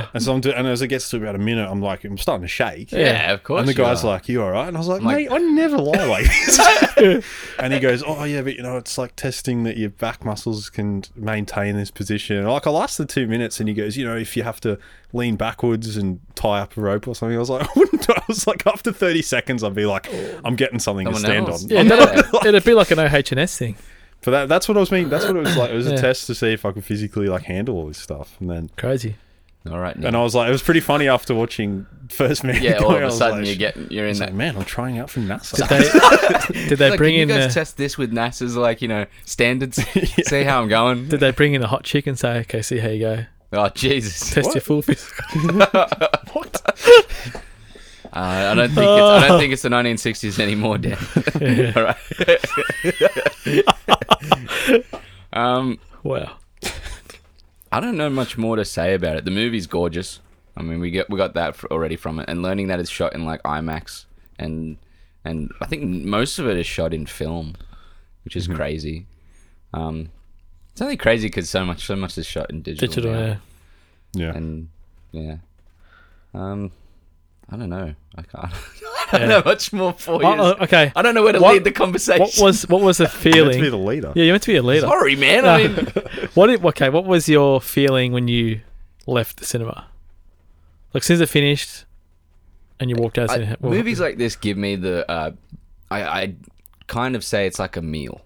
Whoa.
And so I'm doing, and as it gets to about a minute, I'm like, I'm starting to shake.
Yeah, of course.
And the
you
guy's
are.
like, "You all right?" And I was like,
like-
"Mate, I never lie like this."
(laughs)
and he goes, "Oh yeah, but you know, it's like testing that your back muscles can maintain this position." And like I lasted two minutes, and he goes, "You know, if you have to lean backwards and tie up a rope or something," I was like, (laughs) "I wouldn't." Do it." I was like, after thirty seconds, I'd be like, "I'm getting something to
Oh. Someone
stand
else.
on."
Yeah,
Yeah.
that'd- it'd be like an OHS thing.
(laughs) But that, that's what I was mean. That's what it was like. It was
Yeah.
a test to see if I could physically like handle all this stuff, and then.
Crazy.
all right. Nick.
And I was like, it was pretty funny after watching First Man. (laughs)
Yeah. All
going,
of
I
a
was
sudden
like,
you get you're in
It's
that.
like, man, I'm trying out for NASA.
(laughs)
Did they, did they
Like,
bring
can
in
you guys
the,
test this with NASA's like you know
(laughs)
standards? See how I'm going.
Did they bring in the hot chick and say, "Okay, see how you go.
Oh Jesus!
Test
What?
your full
(laughs)
physical."
Uh, I don't think it's, I don't think it's the 1960s anymore,
(laughs)
Dan. All (laughs) right. (laughs) um,
Wow.
I don't know much more to say about it. The movie's gorgeous. I mean, we get we got that fr already from it, and learning that it's shot in like IMAX, and and I think most of it is shot in film, which
Mm-hmm.
is crazy. Um, it's only crazy because so much so much is shot in digital.
Digital.
now.
Yeah.
yeah.
and yeah, um, I don't know. I can't. (laughs) I
Yeah.
don't know much more for you.
Oh, oh, okay.
I don't know where to
What-
lead the conversation.
What was what
(laughs)
was the
meant to be
feeling?
the leader.
Yeah, you meant to be a leader.
Sorry, man. I mean,
What? Did, okay. What was your feeling when you left the cinema? Like, since it finished, and you walked out.
I-
of the cinema, well,
movies like this give me the. Uh, I, I kind of say it's like a meal.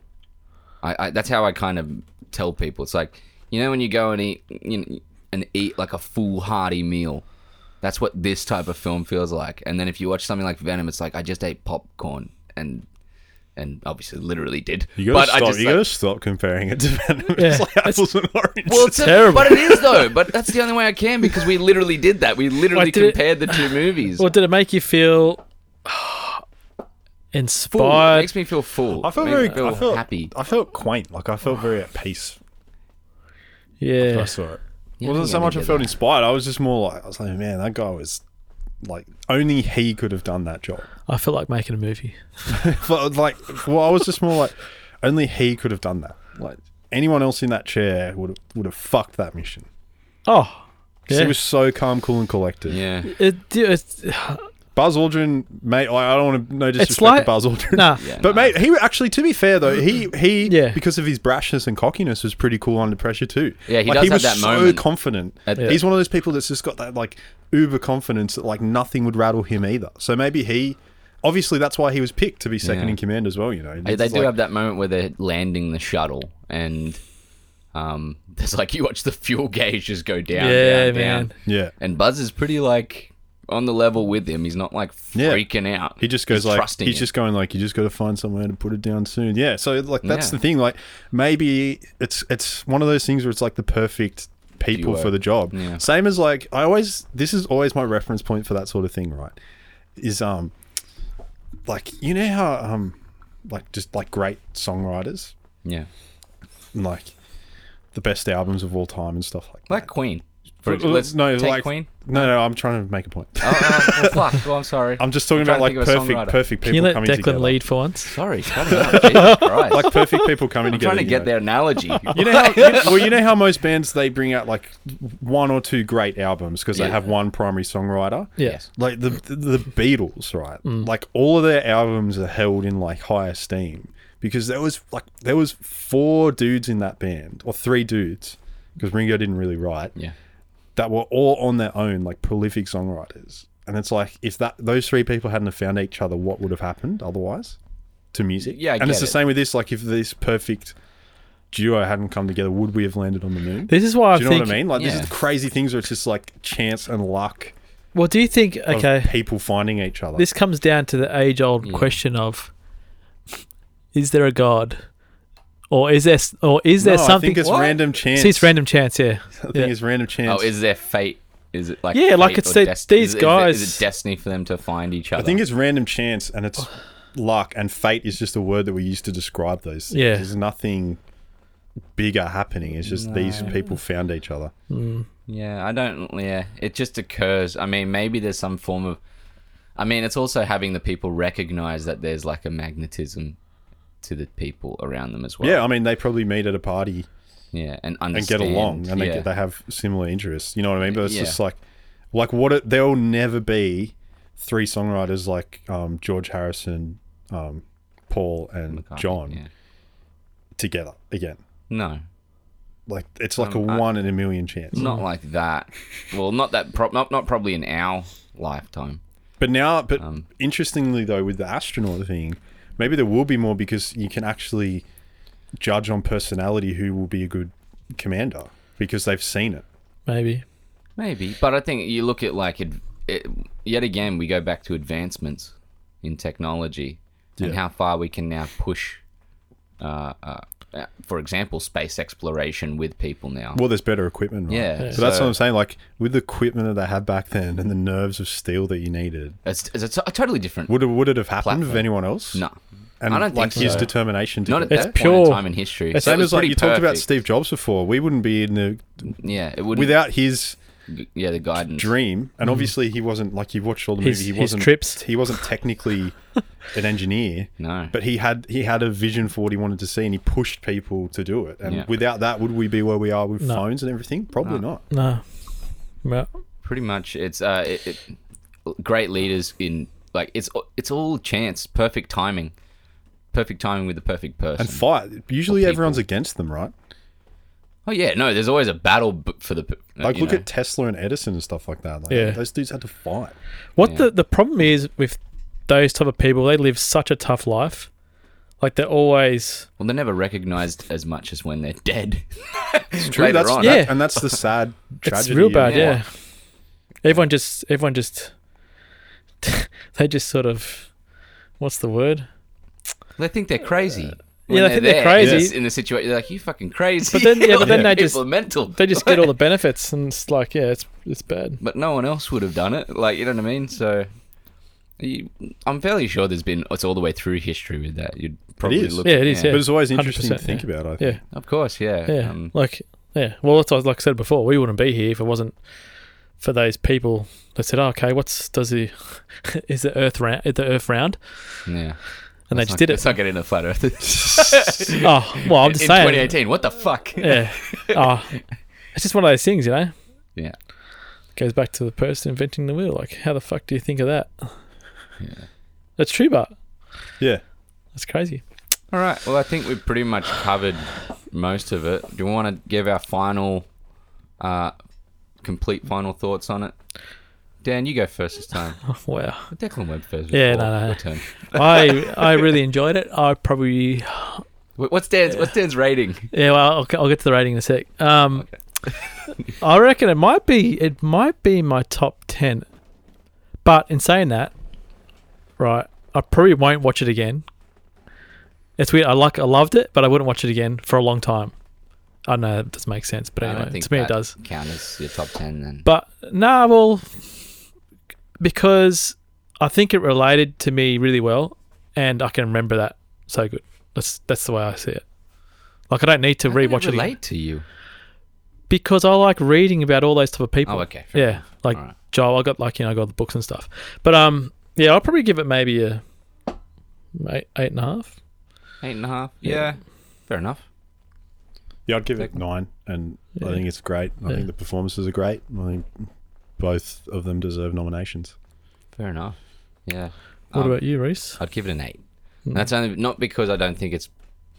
I, I that's how I kind of tell people. It's like you know when you go and eat you know, and eat like a full hearty meal. That's what this type of film feels like. And then if you watch something like Venom, it's like I just ate popcorn and and obviously literally did.
You gotta
I
stop. you
like-
gotta stop comparing it to (laughs) Venom.
Yeah.
It's like apples and oranges.
Well, it's
terrible.
But it is
(laughs)
though. But that's the only way I can because we literally did that. We literally
What did it-
compared the two movies.
Or did it make you feel (sighs)
Full. It
inspired?
makes me feel full.
I felt
It makes
very.
me feel
I felt
happy.
I felt quaint. Like I felt very at peace. when I
Yeah.
saw it.
Yeah, I
wasn't
think
so
I
much I
did
felt
that.
inspired. I was just more like I was like, man, that guy was like only he could have done that job.
I felt like making a movie.
But like, well, I was just more like only he could have done that. Like anyone else in that chair would would have fucked that mission.
Oh.
'Cause
Yeah.
He was so calm, cool, and collected.
Yeah.
It,
(laughs)
it's,
Buzz Aldrin, mate. I, I don't want to no disrespect
like-
to Buzz Aldrin.
nah.
Yeah,
But
no.
mate, he actually, to be fair though, he he
Yeah.
because of his brashness and cockiness was pretty cool under pressure too.
Yeah, he
like,
does
he
have
was
that
so
moment.
confident.
At- Yeah.
He's one of those people that's just got that like uber confidence that like nothing would rattle him either. So maybe he, obviously, that's why he was picked to be second
Yeah.
in command as well. You know,
They,
It's
they do
like-
have that moment where they're landing the shuttle and Um, (laughs) there's like you watch the fuel gauge just go down,
Yeah,
down,
man.
down.
Yeah.
And Buzz is pretty like on the level with him. He's not like
Yeah.
freaking out.
He just goes
He's
like
trusting
he's
him.
just going like you just got to find somewhere to put it down soon. Yeah, so like that's
Yeah.
the thing. Like maybe it's it's one of those things where it's like the perfect people
Duo.
for the job.
Yeah.
Same as like I always this is always my reference point for that sort of thing. Right? Is um like you know how um like just like great songwriters
yeah,
and like the best albums of all time and stuff like that.
like Queen. For,
Well,
let's
uh, no,
take
like- (laughs)
Queen.
No, no, I'm trying to make a point.
Oh, oh, well, fuck. Well, I'm sorry.
I'm just talking
trying
about
to
like
think of a
perfect
songwriter.
perfect people
Can you let
coming
Declan
together.
lead for once?
sorry. Cut it out.
(laughs)
Jesus Christ.
Like perfect people coming
I'm
together.
trying to
you
get
know?
their analogy.
(laughs) You know, how, you know- well, you
(laughs)
know how most bands they bring out like one or two great albums because
Yeah.
they have one primary songwriter.
Yes.
Like the the Beatles, right? Like all of their albums are held in like high esteem because there was like there was four dudes in that band or three dudes because Ringo didn't really write
yeah.
that were all on their own like prolific songwriters. And it's like if that those three people hadn't have found each other, what would have happened otherwise to music?
Yeah, I
and it's
get
the
it.
same with this. Like if this perfect duo hadn't come together, would we have landed on the moon?
This is why I
Do you know
think.
what I mean? Like this
yeah.
is the crazy things where it's just like chance and luck
Well, do you think?
of
Okay,
people finding each other.
this comes down to the age-old question of: Is there a god, or is there, s- or is there
no,
something?
I think it's
What?
random chance.
See, it's random chance. Yeah,
I think
yeah.
it's random chance.
Oh, is there fate? Is it like
Yeah,
fate
like it's
or
that
dest-
these
is it-
guys-
Is it, is it destiny for them to find each
I
other?
think it's random chance and it's luck and fate is just a word that we use to describe those things.
Yeah.
There's nothing bigger happening. It's just these people found each other.
Yeah, I don't. Yeah, it just occurs. I mean, maybe there's some form of. I mean, it's also having the people recognize that there's like a magnetism to the people around them as well.
Yeah, I mean they probably meet at a party
yeah, and
and
understand.
get along and they
yeah.
get, they have similar interests. You know what I mean? But it's
Yeah.
just like like what it, there'll never be three songwriters like um, George Harrison, um, Paul and
McCartney,
John
yeah.
together again.
No,
Like it's like
Um,
a
I-
one in a million chance.
not like that. Well, not that. Pro- not not probably in our lifetime.
But now, but
Um,
interestingly though, with the astronaut thing, maybe there will be more because you can actually judge on personality who will be a good commander because they've seen it.
maybe.
Maybe, but I think you look at like it, it, yet again we go back to advancements in technology and
Yeah.
how far we can now push. Uh, uh, uh, for example, space exploration with people now.
Well, there's better equipment, right?
Yeah,
So, that's
so-
what I'm saying. Like with the equipment that they had back then and the nerves of steel that you needed,
It's, it's a, t- a totally different.
would it would it have happened with
Platform.
anyone else?
No,
And
I don't
like
think
his
so.
determination to
not
get
at
there.
that point
pure.
in time in history.
It's
So it
Same
was
as like
pretty
you talked about
perfect.
Steve Jobs before. We wouldn't be in the
Yeah, it would
without his
yeah the guidance.
dream, and obviously he wasn't like you watched all the
Mm. His-
movie. He
his
wasn't
trips.
He wasn't technically
(laughs)
an engineer,
No,
but he had he had a vision for what he wanted to see, and he pushed people to do it. And
Yeah.
without that, would we be where we are with
No.
phones and everything? Probably not.
No. Well,
pretty much it's uh it, it, great leaders in like it's it's all chance, perfect timing, perfect timing with the perfect person.
And fight. Usually,
Or
everyone's against them, right?
Oh yeah, no, there's always a battle b- for the. p- uh,
Like,
you
look
know.
at Tesla and Edison and stuff like that. Like,
Yeah.
those dudes had to fight.
what
Yeah.
the the problem is with those type of people, they live such a tough life. Like they're always
Well, they're never recognized as much as when they're dead. (laughs) it's
True, that's
on.
Yeah.
that- and that's the sad
(laughs)
tragedy.
it's real bad,
of-
yeah. Everyone just everyone just (laughs) they just sort of what's the word?
They think they're crazy.
yeah, they think they're crazy.
in the situation. They're like, "You fucking crazy!"
But then- yeah,
(laughs)
but then they
People
just-
are mental.
They just
(laughs)
get all the benefits and it's like, yeah, it's it's bad.
but no one else would have done it. Like, you know what I mean? So, you, I'm fairly sure there's been it's all the way through history with that. You'd probably
is.
look.
Yeah, it is,
But it's always interesting to
100%,
think about. I think.
Yeah.
of course. Yeah,
Yeah.
Um,
like yeah. Well that's what- like I said before, we wouldn't be here if it wasn't for those people that said, oh, okay, what's does the (laughs) is the earth round is the earth round?
yeah.
And
Let's
they just
not-
did it.
Let's not get into flat Earth.
(laughs) Oh well I'm
(laughs)
just
in
saying
2018, what the fuck? (laughs)
yeah. Oh, it's just one of those things, you know.
Yeah.
Goes back to the person inventing the wheel. Like, how the fuck do you think of that?
Yeah.
That's true, but
(laughs) Yeah.
that's crazy.
All right. Well, I think we've pretty much covered most of it. Do you want to give our final, uh, complete final thoughts on it? Dan, you go first this
(laughs)
time.
Wow.
But Declan went first.
Yeah,
before.
no, no.
Your turn.
I I really enjoyed it. I probably
Wh- What's Dan's What's Dan's
(laughs)
rating?
Yeah, well, I'll, I'll get to the rating in a sec. Um, (laughs) I reckon it might be it might be my top ten, but in saying that, right, I probably won't watch it again. It's weird. I like I loved it, but I wouldn't watch it again for a long time. I don't know that doesn't make sense, but
I don't
anyway,
think
to me
that
it does.
Counters your top ten then.
But nah, well, because I think it related to me really well, and I can remember that so good. That's that's the way I see it. Like I don't need to
How did
rewatch it,
it
again
relate to you.
because I like reading about all those type of people.
Oh, okay. fair
Yeah,
enough.
like
Alright.
Joel, I got like you know I got the books and stuff. But um, yeah, I'll probably give it maybe a eight eight and a half.
Eight and a half.
Yeah.
Yeah. Fair enough.
Yeah, I'd give it nine, and I think it's great. I
Yeah.
think the performances are great. I think both of them deserve nominations.
Fair enough. Yeah.
What
Um,
about you, Reese?
I'd give it an eight.
Hmm.
And That's only not because I don't think it's.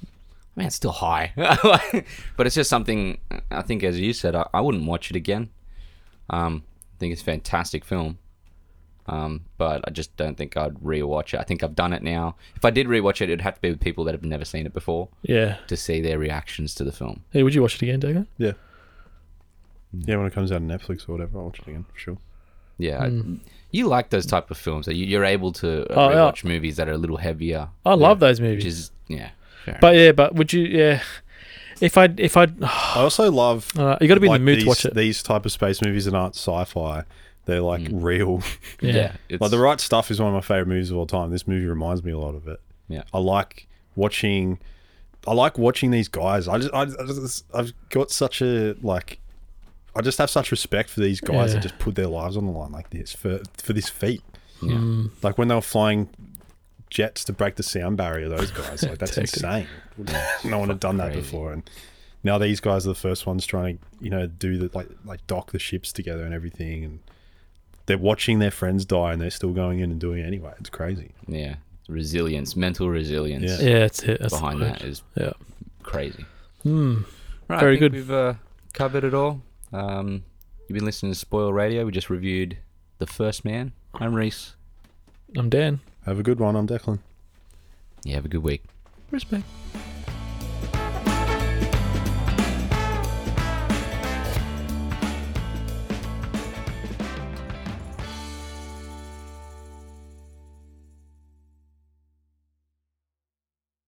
I mean, it's still high, (laughs) but it's just something. I think, as you said, I, I wouldn't watch it again. Um, I think it's a fantastic film, um, but I just don't think I'd rewatch it. I think I've done it now. If I did rewatch it, it'd have to be with people that have never seen it before
Yeah.
to see their reactions to the film.
Hey, would you watch it again, Dagon?
Yeah. Yeah, when it comes out on Netflix or whatever, I'll watch it again for sure.
Yeah, I- you like those type of films. that You, you're able to uh,
Hmm. Oh, yeah.
rewatch movies that are a little heavier,
I love those movies.
which is yeah. fair
but yeah, but would you? Yeah. If I if I (sighs) uh,
I also love.
you got to be in the mood
these,
to watch it.
These type of space movies that aren't sci-fi, they're like
Hmm.
real. (laughs)
yeah.
enough. it's,
like the right stuff is one of my favorite movies of all time. This movie reminds me a lot of it.
yeah.
I like watching. I like watching these guys. I just, I, I just I've got such a like. I just have such respect for these guys
Yeah.
that just put their lives on the line like this for for this feat.
Yeah.
Like when they were flying jets to break the sound barrier, those guys like that's
Tactic.
insane. No one had done that
Crazy.
before, and now these guys are the first ones trying to you know do the like like dock the ships together and everything, and they're watching their friends die and they're still going in and doing it anyway. It's crazy.
Yeah. Resilience, mental resilience
Yeah.
Yeah, that's it. That's the
behind
word.
that is
Yeah.
crazy.
Hmm.
Right,
Very
I think
good.
We've uh, covered it all. Um, you've been listening to Spoil Radio. We just reviewed The First Man. I'm Reese.
I'm Dan.
Have a good one. I'm Declan.
You have a good week.
Respect.